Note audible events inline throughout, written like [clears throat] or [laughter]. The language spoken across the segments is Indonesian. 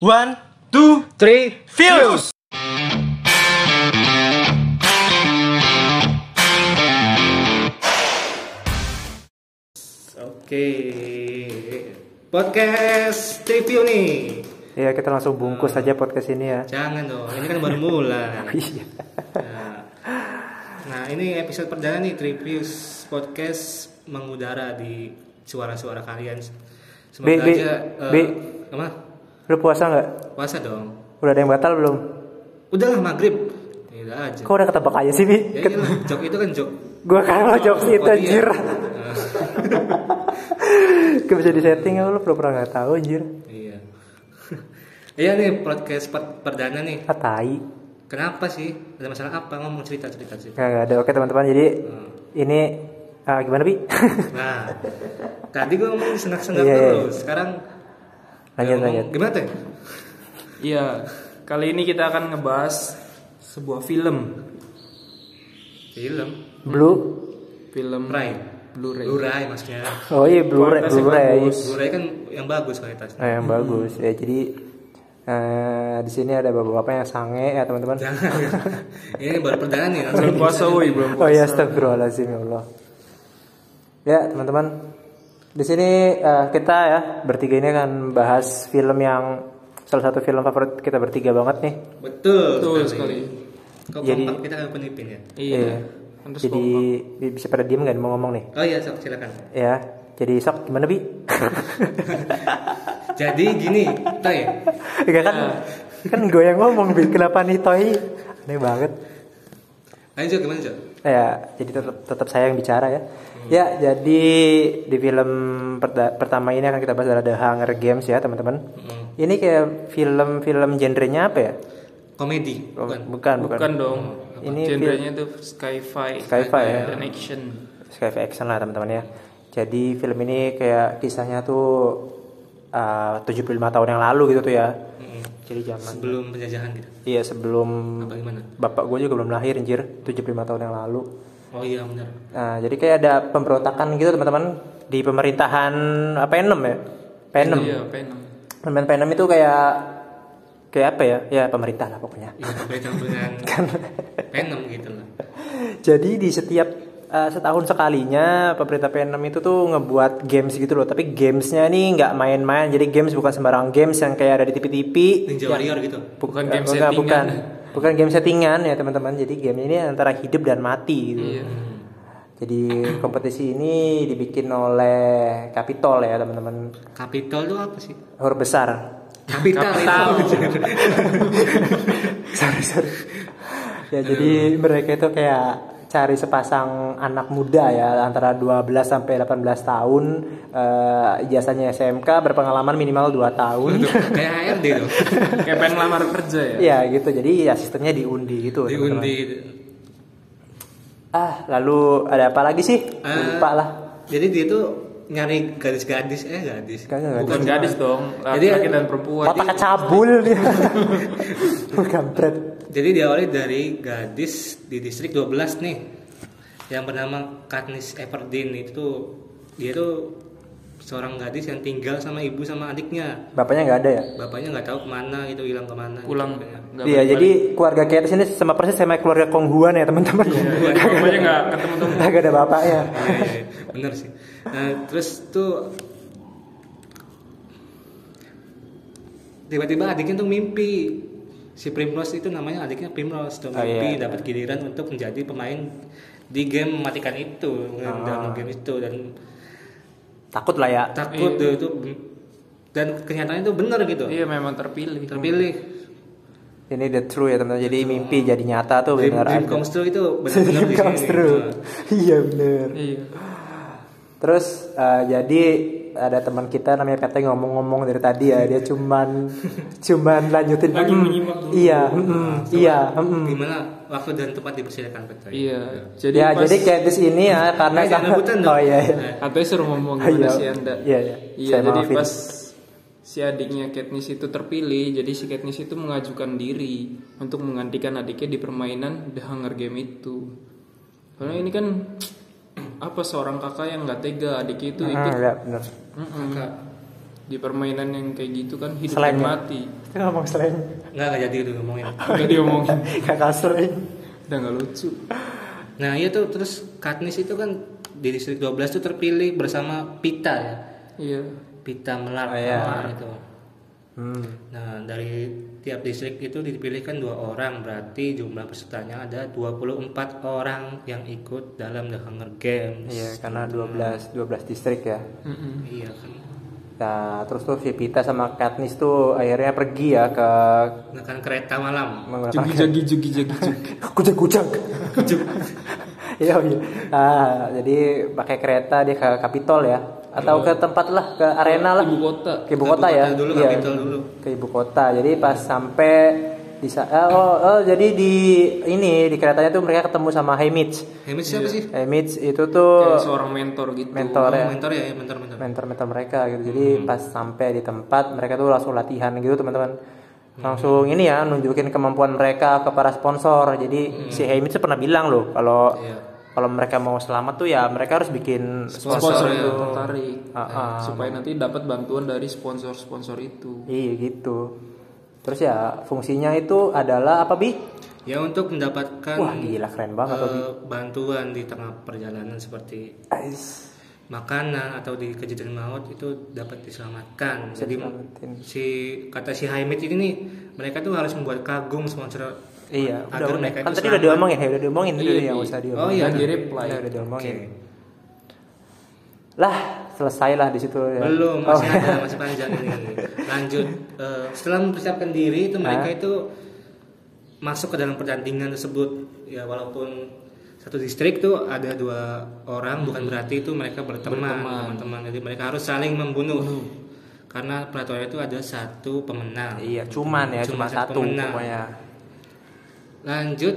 One, two, Three. views. Oke. Podcast review nih. Iya kita langsung bungkus Hmm. saja podcast ini ya. Jangan dong, ini kan baru mulai. Iya. Nah, nah, ini episode perdana nih Trivius Podcast mengudara di suara-suara kalian. Semoga Bi, Bi, aja eh, Bi. apa? Lu puasa nggak? Puasa dong. Udah ada yang batal belum? Udahlah maghrib. Tidak aja. Kok udah ketebak aja sih, Bi? Ya Ket- iyalah, jok itu kan [laughs] jok. Gua kan mau jokes itu Oh, iya. anjir. [laughs] Nah, Gak bisa disetting ya, lu pura-pura gak tahu anjir. iya. [laughs] Iya nih podcast per- perdana nih. Ah, tai. Kenapa sih? Ada masalah apa? Ngomong cerita cerita cerita. Gak, gak ada. Oke teman-teman, jadi Hmm. ini ah, gimana, Bi? [laughs] Nah, tadi gue ngomong sengak-sengak Iya, iya. terus. Sekarang lanjut, ngomong- lanjut. Gimana tuh? Iya, kali ini kita akan ngebahas sebuah film, Film, Blue. film Blu-ray, Blu-ray. Blu-ray maksudnya. Oh iya, Blu-ray, Kualitasnya Blu-ray. bagus. Blu-ray kan yang bagus kualitasnya. [laughs] Nah, yang bagus. Ya, jadi eh, di sini ada bapak-bapak yang sange ya, teman-teman. Jangan. Ini baru perdana nih. langsung. Belum puasa woi, belum Oh puasa. ya, astagfirullahaladzim ya Allah. Ya, teman-teman. Di sini eh, kita ya bertiga ini akan bahas film yang salah satu film favorit kita bertiga banget nih. Betul. Betul Kok Jadi- kompak kita kan penipin ya? Iya. Iya. Terus Jadi kompak. bi- bisa pada diem nggak mau ngomong nih? Oh iya, sok silakan. Ya. Jadi sok gimana bi? [laughs] Jadi gini, ya. Toy. Enggak kan? Kan gue yang ngomong bi. Kenapa nih Toy? Aneh banget. Lanjut gimana, Jok? Ya, jadi tetap tetap saya yang bicara ya. Ya, jadi di film perda- pertama ini akan kita bahas adalah The Hunger Games ya, teman-teman. Mm. Ini kayak film-film genrenya apa ya? Komedi, Oh, bukan? bukan, bukan. Bukan dong. Ini Genrenya tuh sci-fi, Sci-fi ya. dan action. Sky action lah teman-teman ya. Jadi film ini kayak kisahnya tuh uh, 75 tahun yang lalu gitu tuh ya. Mm-mm. Jadi zaman Sebelum penjajahan gitu. iya sebelum Apa gimana? bapak gue juga belum lahir anjir, 75 tahun yang lalu. Oh iya, benar. Nah, jadi kayak ada pemberontakan gitu teman-teman di pemerintahan apa P6 ya? P6. Iya, Venom. Pemerintahan P6 itu kayak kayak apa ya? Ya pemerintah lah pokoknya. Iya, berkaitan dengan Venom gitu lah. Jadi di setiap uh, setahun sekalinya pemerintah P6 itu tuh ngebuat games gitu loh. Tapi gamesnya nih nggak main-main. Jadi games bukan sembarang games yang kayak ada di TV-TV. Ninja Warrior gitu. Eh, Bukan game bukan, settingan. Bukan, bukan game settingan ya teman-teman. Jadi game ini antara hidup dan mati gitu. Iya. Jadi kompetisi ini dibikin oleh Capitol ya teman-teman. Kapital tuh apa sih? Huruf [laughs] besar. Kapital itu. sorry sorry ya jadi mereka itu kayak cari sepasang anak muda ya antara 12 sampai 18 tahun eh, ijazahnya SMK berpengalaman minimal 2 tahun Aduh, kayak HRD dong. Kayak pengen lamar kerja ya. ya gitu jadi ya sistemnya diundi gitu teman-teman. Diundi. ah lalu ada apa lagi sih Eh, Ah. lupa lah Jadi dia tuh nyari gadis-gadis eh gadis. Kagak, gadis. Bukan gadis dong, Jadi- laki-laki dan perempuan. otak kecabul dia [laughs] kampret Jadi diawali dari gadis di distrik 12 nih yang bernama Katniss Everdeen itu dia tuh seorang gadis yang tinggal sama ibu sama adiknya. bapaknya nggak ada ya Bapaknya nggak tahu kemana gitu hilang kemana. gitu Pulang. pokoknya. Nggak Iya, balik-balik. jadi keluarga Ketes ini sama persis sama keluarga Konghuan ya teman-teman. [laughs] Iya, Bapaknya nggak ketemu-temu. Kagak ada bapaknya. Iya, iya, iya. bener sih. Nah, terus tuh tiba-tiba adiknya tuh mimpi si Primrose itu namanya adiknya Primrose tuh Oh, mimpi iya. dapat giliran untuk menjadi pemain di game mematikan itu Ah. dalam game itu dan Iya. Takut lah ya. takut tuh itu dan kenyataannya itu bener gitu Iya, memang terpilih. terpilih Ini the true ya teman-teman. Jadi mimpi Iya. jadi nyata tuh dream, benar. dream ada. [laughs] comes true itu benar-benar di Dream sini comes true. gitu. Nah, Iya benar. Iya. Terus eh, jadi ada teman kita namanya Pete ngomong-ngomong dari tadi ya dia [laughs] cuman cuman lanjutin Lagi "Mm, menyimak dulu." iya mm-mm, iya mm-mm. gimana waktu dan tempat dipersilakan betul Iya. Jadi ya pas jadi Candice ini ya karena Eh, jangan sangat- rebutan dong. oh iya iya Nah, Atau suruh ngomong gimana Iya. sih anda Iya, iya. Iya, Saya jadi maafin. pas si adiknya Katniss itu terpilih Jadi si Katniss itu mengajukan diri Untuk menggantikan adiknya di permainan The Hunger Game itu Karena ini kan Apa seorang kakak yang gak tega adiknya itu Mm, ikut iya benar Mm-mm. di permainan yang kayak gitu kan hidup Slang ya? dan mati Kita ngomong [laughs] slang. nggak nggak jadi udah ngomongin udah diomongin Kakak slang. udah nggak lucu nah iya tuh terus Katniss itu kan di distrik 12 tuh terpilih bersama Pita ya iya Pita Melar Oh, iya. Melar itu Hmm. nah dari tiap distrik itu dipilihkan dua orang berarti jumlah pesertanya ada 24 orang yang ikut dalam The Hunger Games Iya, karena 12 hmm. 12 distrik ya. Mm-mm. iya kan Nah, terus tuh si Pita sama Katniss tuh akhirnya pergi ya ke Makan kereta malam menggunakan jugi jagi jugi jagi jugi kujang kujang [laughs] iya iya ah, jadi pakai kereta dia ke Kapitol ya atau ke tempat lah ke arena lah Iya. ibu kan, kota ke ibu kota ya dulu Iya, Kapitol dulu ke ibu kota jadi pas sampai di sa- eh, oh, oh, jadi di ini di keretanya tuh mereka ketemu sama Haymitch Hemis siapa sih Haymitch itu kayak tuh seorang mentor gitu Iya. mentor ya Oh, mentor ya, ya mentor mentor mentor-mentor mereka gitu. Jadi pas sampai di tempat mereka tuh langsung latihan gitu teman-teman. Langsung ini ya nunjukin kemampuan mereka ke para sponsor. Jadi si Hamid tuh pernah bilang loh kalau Iya. kalau mereka mau selamat tuh ya mereka harus bikin sponsor ya. yang tertarik Ah, ah. supaya nanti dapat bantuan dari sponsor-sponsor itu iya gitu. Terus ya fungsinya itu adalah apa bi? ya untuk mendapatkan Wah gila keren banget eh, tuh. bantuan di tengah perjalanan seperti Guys, makanan atau di kejadian maut itu dapat diselamatkan. Jadi selamatin. si kata si Haimid ini nih mereka tuh harus membuat kagum sponsor. Iya, udah, Agar udah. mereka itu Kan tadi udah selamat. diomongin, ya, udah diomongin tadi Iya, yang Bi. usah diomongin. Oh iya. Dan di reply Udah, udah diomongin. Oke. Lah, selesailah di situ ya. Belum, Oh. masih ada, masih panjang ini. kan. Lanjut. Eh, setelah mempersiapkan diri itu mereka itu masuk ke dalam pertandingan tersebut. Ya walaupun satu distrik tuh ada dua Hmm. orang, bukan berarti itu mereka berteman, teman-teman. Jadi mereka harus saling membunuh. Hmm. Karena peraturan itu ada satu pemenang. Iya, cuman ya, Cuma cuma, satu satu pemenang. pokoknya. Lanjut.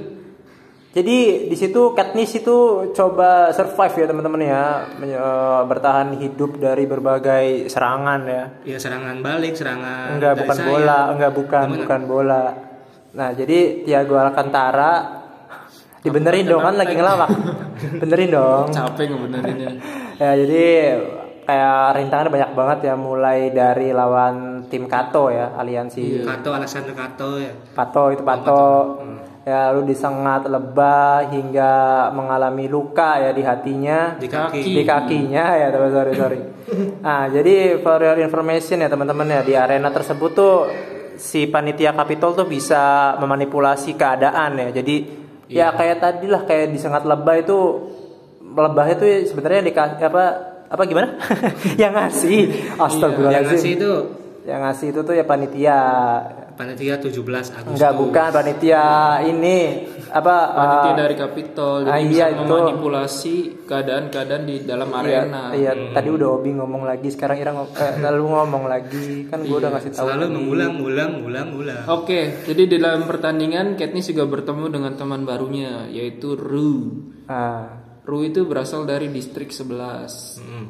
Jadi di situ Katniss itu coba survive ya teman-teman ya, Men- eh, bertahan hidup dari berbagai serangan ya. Ya serangan balik, serangan Enggak dari bukan sayap. bola, enggak bukan Gimana? bukan bola. Nah, jadi Tiago Alcantara dibenerin dong kan lagi [laughs] ngelawak. Benerin dong. capek ngebenerinnya Ya, jadi kayak rintangannya banyak banget ya mulai dari lawan tim Kato ya, aliansi Kato, Alexander Kato ya. Pato itu pato. Ya lalu disengat lebah hingga mengalami luka ya di hatinya, Di kaki. di kakinya ya teman [laughs] sorry sorry. Nah jadi for your information ya teman-teman ya di arena tersebut tuh si panitia kapitol tuh bisa memanipulasi keadaan ya. Jadi Iya. ya kayak tadi lah kayak disengat lebah itu lebah itu ya sebenarnya di apa apa gimana? [laughs] yang ngasih Iya, Yang ngasih astagfirullahaladzim. itu Yang ngasih itu tuh ya panitia panitia 17 Agustus. Enggak bukan panitia ini apa Panitia eh, dari Kapitol jadi ah, bisa iya, itu. memanipulasi keadaan-keadaan di dalam iya, arena. iya, Hmm. tadi udah Obi ngomong lagi sekarang Ira ngom- eh, lalu ngomong lagi kan gue udah Iya, ngasih tahu Selalu mengulang, ulang, ulang, ulang. Oke, jadi di dalam pertandingan Katniss juga bertemu dengan teman barunya yaitu Rue. ah Rue itu berasal dari distrik 11. Mm.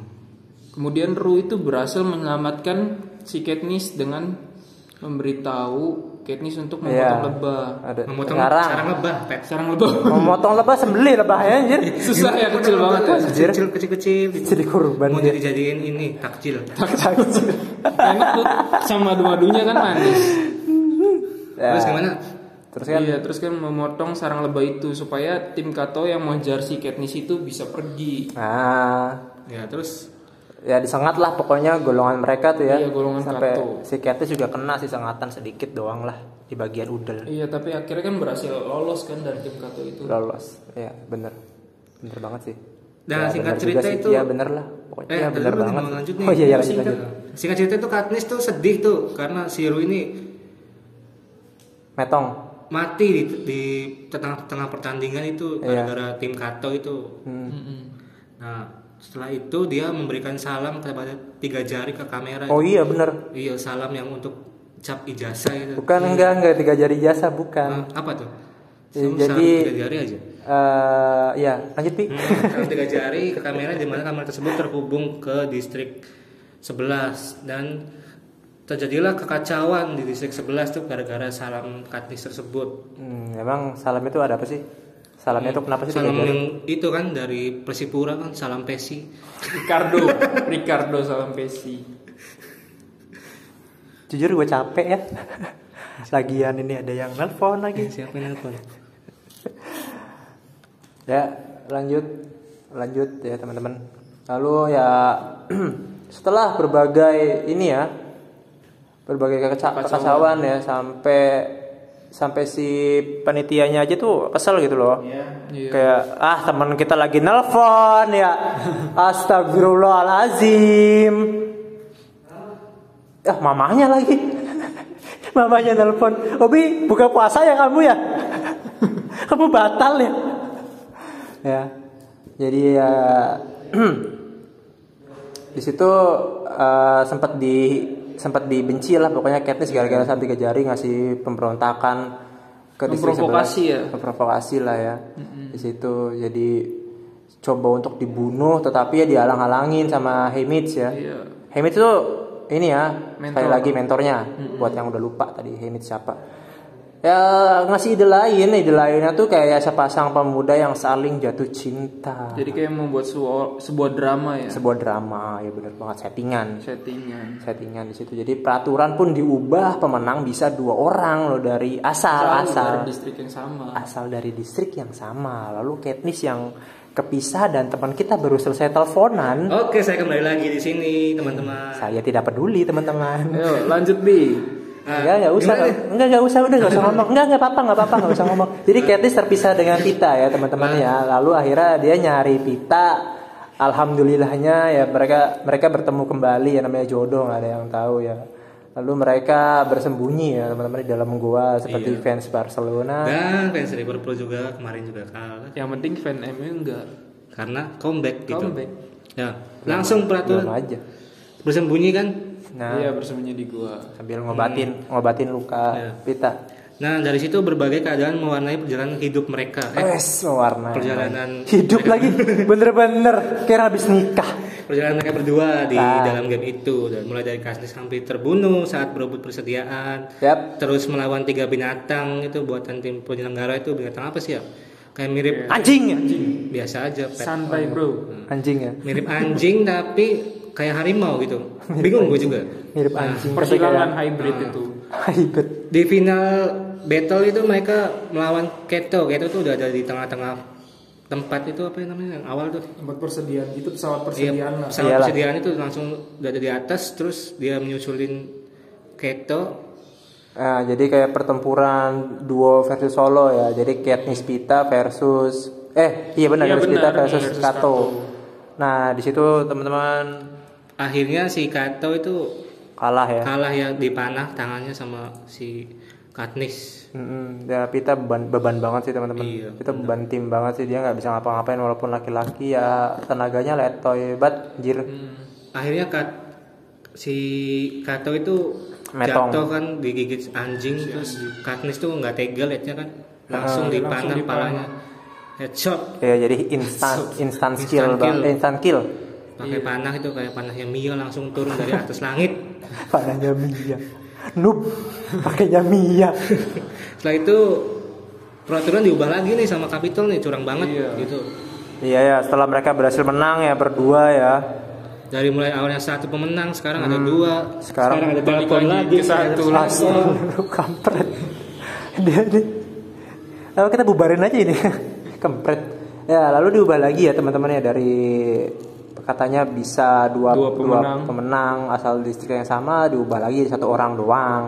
Kemudian Rue itu berhasil menyelamatkan si Katniss dengan memberitahu Katniss untuk Iya. memotong lebah. ada Memotong sekarang sarang lebah, pet. Sarang lebah. [laughs] memotong lebah sembelih lebahnya anjir Iya. Susah ya kecil banget ya. Anjir. Kecil, kecil, kecil. jadi korban Mau dia. jadi jadiin ini takjil. Enak tuh sama madu-madunya kan manis. Ya, Terus gimana? terus kan iya, terus kan memotong sarang lebah itu supaya tim Kato yang mengejar si Katniss itu bisa pergi. ah Ya terus ya disengat lah pokoknya golongan mereka tuh ya Iya, golongan sampai kato. si Katniss juga kena sih sengatan sedikit doang lah di bagian udel Iya, tapi akhirnya kan berhasil lolos kan dari tim Kato itu. lolos ya bener bener banget sih dan singkat Bener juga cerita sih. itu ya bener lah pokoknya Eh, ya, tadi bener lu banget mau lanjut nih. oh iya iya lanjut Singkat- lanjut Singkat cerita itu Katniss tuh sedih tuh karena si Ru ini metong mati di, di tengah tengah pertandingan itu Iya. gara-gara tim Kato itu. Hmm. Mm-mm. Nah, setelah itu dia memberikan salam kepada tiga jari ke kamera. oh iya bener Iya, salam yang untuk cap ijazah itu. bukan enggak enggak tiga jari jasa bukan Nah, apa tuh? Ya, Sama Kan- jadi- salam tiga jari aja. Eh ya lanjut pi Hmm, salam tiga jari ke kamera di mana kamera tersebut terhubung ke distrik 11 dan terjadilah kekacauan di distrik 11 tuh gara-gara salam Katniss tersebut. hmm, emang salam itu ada apa sih salamnya itu kenapa sih Salam tiga jari? yang itu kan dari Persipura kan salam Pesi. Ricardo, Ricardo salam Pesi. jujur gue capek ya [laughs] lagian ini ada yang nelpon lagi Siapa yang nelpon? ya lanjut lanjut ya teman-teman lalu ya [clears throat] setelah berbagai ini ya berbagai kekeca- kekacauan ya sampai sampai si panitianya aja tuh kesel gitu loh Iya. kayak ah teman kita lagi nelpon ya [laughs] astagfirullahalazim ah mamanya lagi mamanya nelpon Obi buka puasa ya kamu ya kamu batal ya ya jadi ya [clears throat] di situ eh, sempat di sempat dibenci lah pokoknya Katniss gara-gara Hmm. saat tiga jari ngasih pemberontakan ke distrik sebelah. Memprovokasi ya? memprovokasi lah ya di situ jadi coba untuk dibunuh tetapi ya dihalang-halangin sama Haymitch ya Iya. Haymitch tuh ini ya Mentor. sekali lagi mentornya buat yang udah lupa tadi Haymitch siapa ya ngasih ide lain ide lainnya tuh kayak sepasang pemuda yang saling jatuh cinta Jadi kayak membuat sebuah, sebuah drama ya sebuah drama ya bener banget settingan settingan. settingan di situ jadi peraturan pun diubah pemenang bisa dua orang loh dari asal Selalu asal dari distrik yang sama. asal dari distrik yang sama lalu Katniss yang kepisah dan teman kita baru selesai teleponan Oke, saya kembali lagi di sini, Oh. teman-teman. saya tidak peduli teman-teman Ayo lanjut bi. Enggak, enggak Ya, usah. Nah, gimana? Enggak, enggak usah udah enggak usah ngomong. Enggak, enggak apa-apa, enggak apa-apa, enggak usah ngomong. Jadi Nah. Katniss terpisah dengan Pita ya, teman-teman ya. Lalu akhirnya dia nyari Pita. Alhamdulillahnya ya mereka mereka bertemu kembali ya namanya jodoh nggak ada yang tahu ya. Lalu mereka bersembunyi ya teman-teman di dalam gua seperti fans Barcelona. Iya. Dan fans Liverpool juga kemarin juga kalah Yang penting fan MU enggak karena comeback gitu. comeback. Ya, langsung Dalam peraturan aja. bersembunyi kan. Nah, Iya bersembunyi di gua. sambil ngobatin ngobatin luka Iya. Pita. Nah, dari situ berbagai keadaan mewarnai perjalanan hidup mereka. Eh, Wes warna. perjalanan Hidup lagi bener-bener kayak habis nikah. perjalanan mereka berdua di Ah. dalam game itu dan mulai dari Katniss hampir terbunuh saat berebut persediaan Yap. terus melawan tiga binatang itu buatan tim penyelenggara itu binatang apa sih ya kayak mirip Anjing ya? biasa aja pet. Santai bro. Anjing ya? mirip anjing tapi kayak harimau gitu bingung gue juga Mirip anjing gitu tapi kayak Persilangan hybrid itu. [laughs] hybrid. di final battle itu mereka melawan Keto Keto tuh udah ada di tengah-tengah tempat itu apa yang namanya yang awal tuh Tempat persediaan itu pesawat Iya, pesawat Iyalah. persediaan itu langsung udah ada di atas terus dia menyusulin Keto Nah, jadi kayak pertempuran duo versus solo ya. Jadi Katniss Pita versus eh iya benar Iya, versus benar, Pita versus, versus Kato. Kato. Nah, di situ teman-teman akhirnya si Kato itu kalah ya. kalah ya dipanah tangannya sama si Katniss Mm-mm. Ya Pita beban, beban banget sih teman-teman. Iya, Kita beban tim banget sih dia nggak bisa ngapa-ngapain walaupun laki-laki ya tenaganya letoy banget jir. Hmm. akhirnya Kat si Kato itu Metong. jatuh kan digigit anjing terus Katniss tuh nggak tega liatnya kan Ah, langsung dipanah palanya headshot Ya jadi [laughs] instan instan Instant skill, bang. kill. Eh, instan kill. pakai panah itu kayak panahnya Mio langsung turun dari atas langit Padanya Mia. Noob, pakainya Mia. setelah itu peraturan diubah lagi nih sama Capitol nih curang banget gitu Iya ya, setelah mereka berhasil menang ya berdua ya. dari mulai awalnya satu pemenang sekarang ada dua Sekarang ada telepon lagi lagi ke satu lagi. Astagfirullah, kampret. Dia ini. Lalu kita bubarin aja ini. [laughs] Kampret. Ya, lalu diubah lagi ya teman-teman ya dari katanya bisa dua, Dua pemenang. pemenang asal distrik yang sama diubah lagi jadi satu orang doang.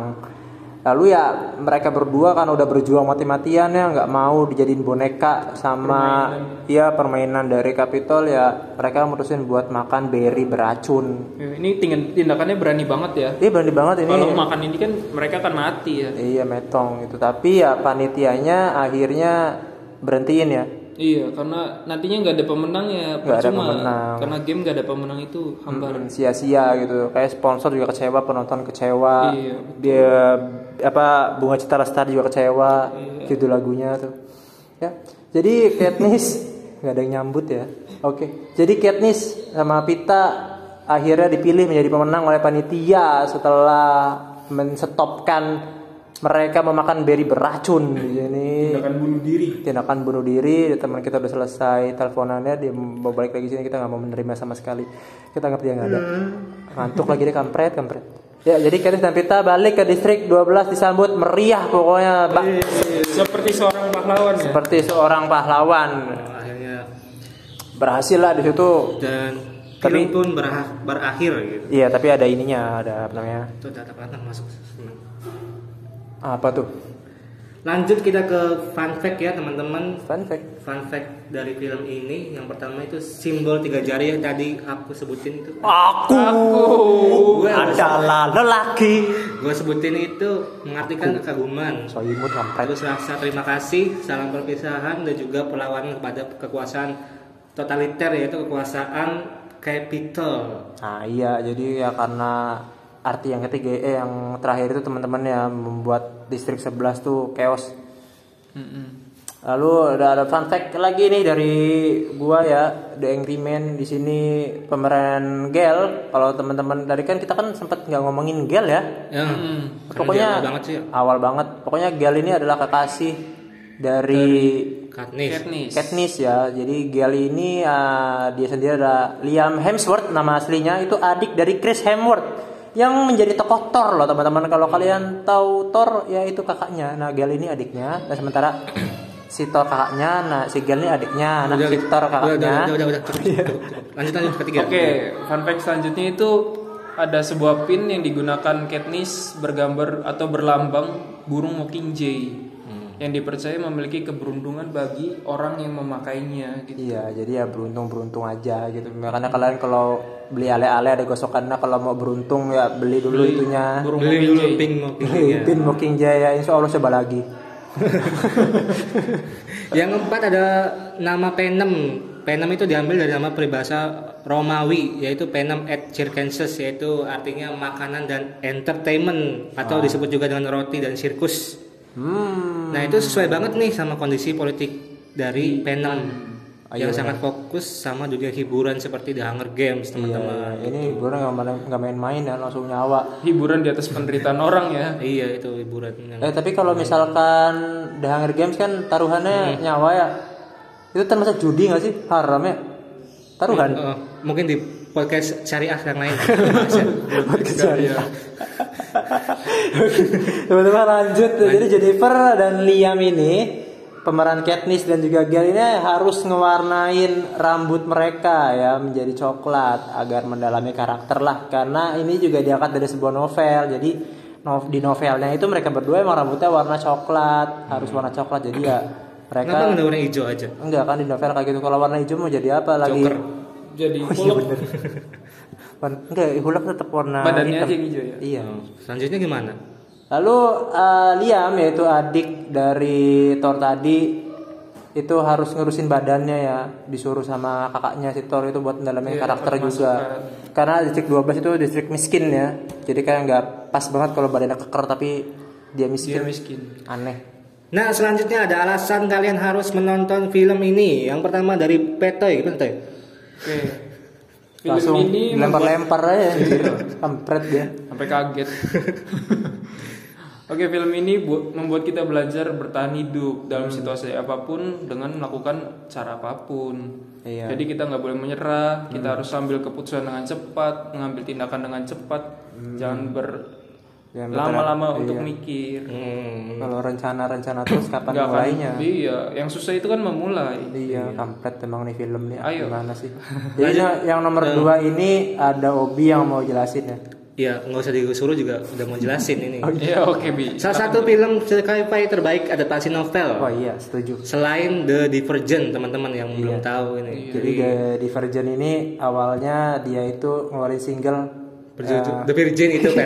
Lalu ya mereka berdua kan udah berjuang mati-matian ya nggak mau dijadiin boneka sama ya permainan dari Capitol ya mereka mutusin buat makan berry beracun. Ya, Ini ting- tindakannya berani banget ya. Ini berani banget ini. Kalau makan ini kan mereka akan mati ya. Iya metong gitu tapi ya panitianya akhirnya berhentiin ya Iya, karena nantinya nggak ada pemenang Nggak ya ada percuma. pemenang. Karena game nggak ada pemenang itu hambar. sia-sia gitu kayak sponsor juga kecewa penonton kecewa Iya, dia apa bunga cita lestari juga kecewa Iya. judul lagunya tuh ya jadi [laughs] Katniss nggak ada yang nyambut ya oke jadi Katniss sama Pita akhirnya dipilih menjadi pemenang oleh panitia setelah menstopkan mereka memakan beri beracun ini Tindakan bunuh diri. tindakan bunuh diri teman kita udah selesai teleponannya dia mau balik lagi sini kita nggak mau menerima sama sekali kita anggap dia nggak ada ngantuk lagi dia kampret kampret Ya, jadi Karis dan Pita balik ke distrik 12 disambut meriah pokoknya, Pak. Seperti seorang pahlawan ya. Seperti seorang pahlawan. Nah, akhirnya Berhasil lah di situ. dan Tapi- film pun berah- berakhir gitu. Iya, tapi ada ininya, ada apa namanya? Itu datang datang masuk. Senang. Apa tuh? Lanjut kita ke fun fact ya teman-teman. Fun fact. Fun fact dari film ini yang pertama itu simbol tiga jari yang tadi aku sebutin itu. Aku, Aku adalah lelaki. Gue sebutin itu mengartikan kekaguman. Soimut ngampret. Terus rasa terima kasih, salam perpisahan dan juga perlawanan kepada kekuasaan totaliter yaitu kekuasaan capital. Nah iya jadi ya karena arti yang ketiga eh yang terakhir itu teman-teman ya membuat distrik 11 tuh chaos. Mm-mm. Lalu ada, ada fun fact lagi nih dari gua ya The Angry Man di sini pemeran Gel. Kalau teman-teman dari kan kita kan sempat nggak ngomongin Gel ya. Ya. Keren Pokoknya- jawa banget sih ya. Awal banget. Pokoknya Gel ini adalah kekasih dari Katniss. Katniss. Katniss ya. Jadi Gale ini uh, dia sendiri ada Liam Hemsworth nama aslinya itu adik dari Chris Hemsworth yang menjadi tokoh Thor loh teman-teman. Kalau kalian tahu Thor ya itu kakaknya. Nah Gale ini adiknya. Nah sementara si Thor kakaknya, nah si Gale ini adiknya, nah Udah, si Thor udah, udah, kakaknya. udah, udah, udah, cukup, cukup, cukup. Lanjut lanjut ketiga. Oke, fun fact selanjutnya itu ada sebuah pin yang digunakan Katniss bergambar atau berlambang burung mockingjay Hmm. yang dipercaya memiliki keberuntungan bagi orang yang memakainya gitu. Iya, jadi ya beruntung-beruntung aja gitu. Makanya kalian kalau beli ale-ale ada gosokan. Nah kalau mau beruntung ya beli dulu itunya. Burung Beli dulu mockingjay. pink mobil. Beli [laughs] Pin Mockingjay ya, insya Allah coba lagi. Yang keempat ada nama Penem. Penem itu diambil dari nama peribahasa Romawi yaitu Penem et Circenses yaitu artinya makanan dan entertainment atau disebut juga dengan roti dan sirkus. Hmm. Nah, itu sesuai banget nih sama kondisi politik dari Penem Ah, yang iya, sangat fokus sama dunia hiburan seperti The Hunger Games, teman-teman. Iya, ini gue nggak main- nggak main-main ya langsung nyawa. Hiburan di atas penderitaan orang ya. Iya, itu hiburan yang Eh tapi kalau misalkan The Hunger Games kan taruhannya nyawa ya, itu termasuk judi nggak sih haram ya? Taruhan. Eh, mungkin di podcast syariah yang [laughs] lain. ya. Podcast syariah. [laughs] Teman-teman lanjut. Jadi Jennifer dan Liam ini pemeran Katniss dan juga Gale ini harus ngewarnain rambut mereka ya menjadi coklat agar mendalami karakter lah karena ini juga diangkat dari sebuah novel. Jadi no- di novelnya itu mereka berdua emang rambutnya warna coklat, harus warna coklat. Jadi ya mereka Kenapa nggak warna hijau aja? enggak kan di novel kayak gitu kalau warna hijau mau jadi apa lagi? Joker. Jadi Oh iya kalau bener. Warna- enggak, hulak tetap warna badannya hitam. aja yang hijau ya. Iya. Oh, Selanjutnya gimana? Lalu eh, Liam yaitu adik dari Thor tadi itu harus ngurusin badannya ya, disuruh sama kakaknya si Thor itu buat mendalamin Iya, karakter juga. kan. Karena distrik 12 itu distrik miskin ya. Jadi kayak nggak pas banget kalau badannya keker tapi dia Dia miskin. Iya, miskin. Aneh. Nah, selanjutnya ada alasan kalian harus menonton film ini. Yang pertama dari Petoy, Petoy. Oke. Film Langsung ini Iya. lempar-lempar aja anjir. Kampret dia. sampai kaget. Oke, film ini bu- membuat kita belajar bertahan hidup dalam situasi apapun dengan melakukan cara apapun. Iya. Jadi kita nggak boleh menyerah, kita harus ambil keputusan dengan cepat, mengambil tindakan dengan cepat, jangan Jangan berlama-lama untuk mikir. Hmm. Kalau rencana-rencana terus kapan Nggak akan- mulainya? Iya, yang susah itu kan memulai. Iya, kampret emang nih film nih. Ayo. Iya. Gimana [laughs] sih? Jadi no- yang nomor dua ini ada Obi yang mau jelasin ya. Ya, nggak usah disuruh juga udah mau jelasin [laughs] ini. Oh, Iya, oke Bi. Salah satu film sci-fi terbaik adaptasi Oh novel. iya, setuju. Selain The Divergent, teman-teman yang Iya. belum tahu ini. Jadi The Divergent ini awalnya dia itu ngeluarin single Ah. Berjudul The Virgin itu [laughs] kan.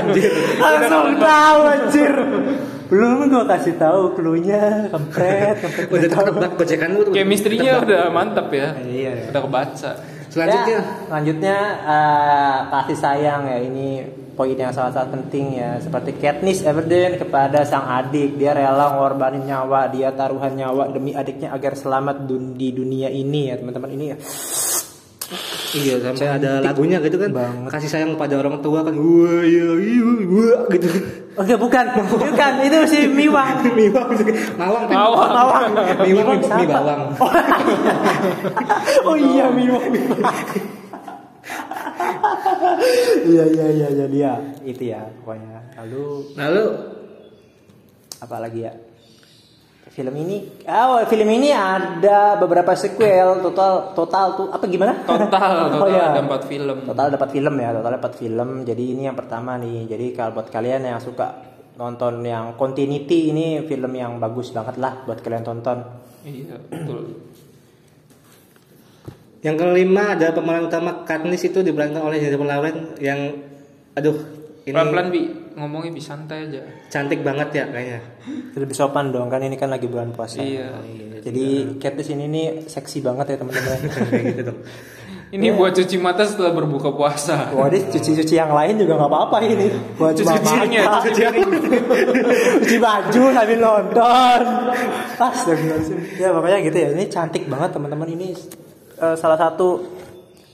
Anjir. langsung tahu anjir. Iya. Belum gua kasih tahu cluenya kampret, kampret. Udah tebak gocekan lu. tuh. Chemistry-nya udah mantap ya. Iya. ya. Udah kebaca. Selanjutnya Ya, lanjutnya eh, kasih sayang ya ini poin yang sangat-sangat penting ya seperti Katniss Everdeen kepada sang adik dia rela ngorbanin nyawa dia taruhan nyawa demi adiknya agar selamat dun- di dunia ini ya teman-teman ini ya Iya sampai ada lagunya gitu kan banget. kasih sayang pada orang tua kan wah iya iya wah gitu [laughs] oke bukan bukan itu si Miwang miwang mawang kan Mawang. miwang Miwang Miwang mi siapa? bawang [laughs] oh iya Miwang Miwang Iya iya iya iya dia itu ya pokoknya. Lalu Lalu apa lagi ya? Film ini, oh film ini ada beberapa sequel total total tuh apa gimana? Total, [laughs] total Oh, iya. ada empat film. Total dapat film ya, total dapat film. Jadi ini yang pertama nih. Jadi kalau buat kalian yang suka nonton yang continuity ini film yang bagus banget lah buat kalian tonton. Iya, betul. yang kelima ada pemeran utama Katniss itu diperankan oleh Jennifer Lawrence yang aduh ini Pelan-pelan bi ngomongnya bi santai aja. cantik banget ya kayaknya. Lebih sopan dong kan ini kan lagi bulan puasa. Iya. Jadi Catfish ini nih seksi banget ya teman-teman. [laughs] Kayak gitu dong. Ini buat cuci mata setelah berbuka puasa. Wah, ini cuci-cuci yang lain juga nggak apa-apa ini. Buat Cuci cuma cuciannya, mata. cuci cuciannya. cuci baju sambil nonton. Pas dong, langsung. Ya makanya gitu ya. Ini cantik banget teman-teman. Ini eh, salah satu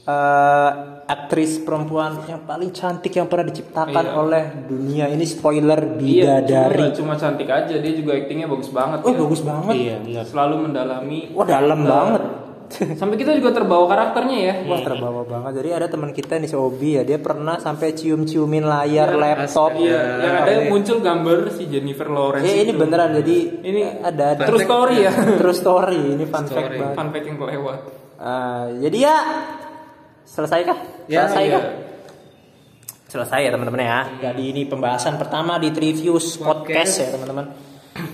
eh, aktris perempuan yang paling cantik yang pernah diciptakan Iya. oleh dunia. Ini spoiler Iya, cuma bidadari. nggak cuma cantik aja, dia juga aktingnya bagus banget. Oh, ya. bagus banget. Iya benar. Selalu mendalami. Wah, dalam Iya. banget. Sampai kita juga terbawa karakternya ya. Wah terbawa banget. Jadi ada teman kita nih si Obi ya, dia pernah sampai cium-ciumin layar laptop. Iya, yang ada muncul gambar si Jennifer Lawrence. Ya ini beneran jadi ini ada ada- Terus story ya. [laughs] Terus story ini fun fact banget. Fun fact yang kelewat. Eh, jadi ya selesai kah? Ya, selesai iya. kah? Selesai ya teman-teman ya. Jadi ini pembahasan pertama di Trivius podcast ya teman-teman.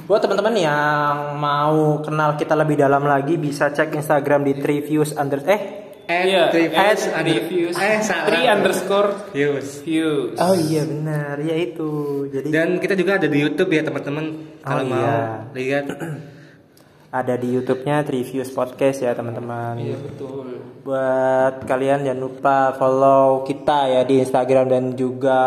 Buat teman-teman yang mau kenal kita lebih dalam lagi bisa cek Instagram di Trivius under eh And Iya, reviews and under- reviews. Eh salah. Three underscore Views. views. oh iya benar ya itu. Jadi Dan kita juga ada di YouTube ya teman-teman. Kalau Oh, mau iya. lihat ada di YouTube-nya Trivius podcast ya teman-teman. Iya betul. buat kalian jangan lupa follow kita ya di Instagram dan juga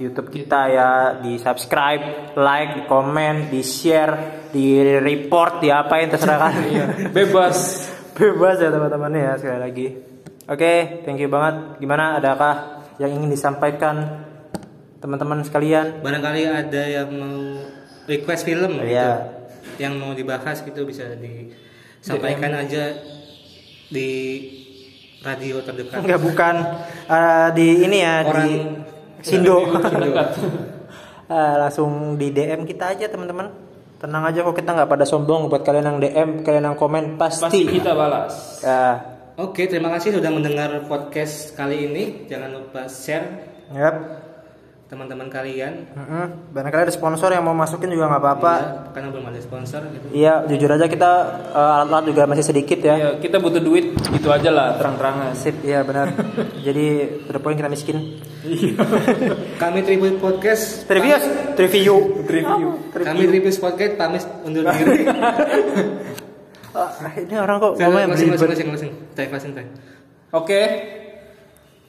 YouTube kita ya di subscribe, like, di komen, di share, di report, di apain terserah kalian. Bebas. Bebas ya teman-teman ya sekali lagi. Oke, thank you banget. Gimana adakah yang ingin disampaikan teman-teman sekalian? barangkali ada yang mau request film Iya. gitu. Yang mau dibahas gitu bisa disampaikan Iya. aja di radio terdekat. Enggak bukan eh, di ini ya di Orang- Sindo. Dekat. [laughs] Eh, langsung di DM kita aja teman-teman. Tenang aja kok kita nggak pada sombong buat kalian yang DM, kalian yang komen Pasti pasti. kita balas. Eh, Oke, terima kasih sudah mendengar podcast kali ini. Jangan lupa share yep. teman-teman kalian. Mm-mm. Barangkali ada sponsor yang mau masukin juga nggak apa-apa. Ya, karena belum ada sponsor gitu. Iya, jujur aja kita eh, alat-alat juga masih sedikit ya. Ya, kita butuh duit gitu aja lah terang-terangan. Sip, iya [laughs] benar. Jadi to the point kita miskin. Kami Tribun Podcast Trivius, review, review. Kami Tribus Podcast pamit undur diri. Ah, ini orang kok ngomongnya Closing, belibet. closing, closing, closing. Tay, closing, tay. Oke.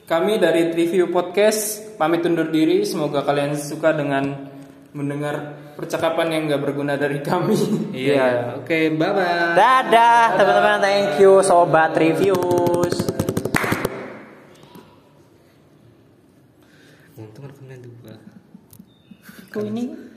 Kami dari Review Podcast pamit undur diri. Semoga kalian suka dengan mendengar percakapan yang gak berguna dari kami. Iya. iya. Oke, bye-bye. Dadah, teman-teman. Thank you, sobat reviews. Untung rekamnya dua. Kok ini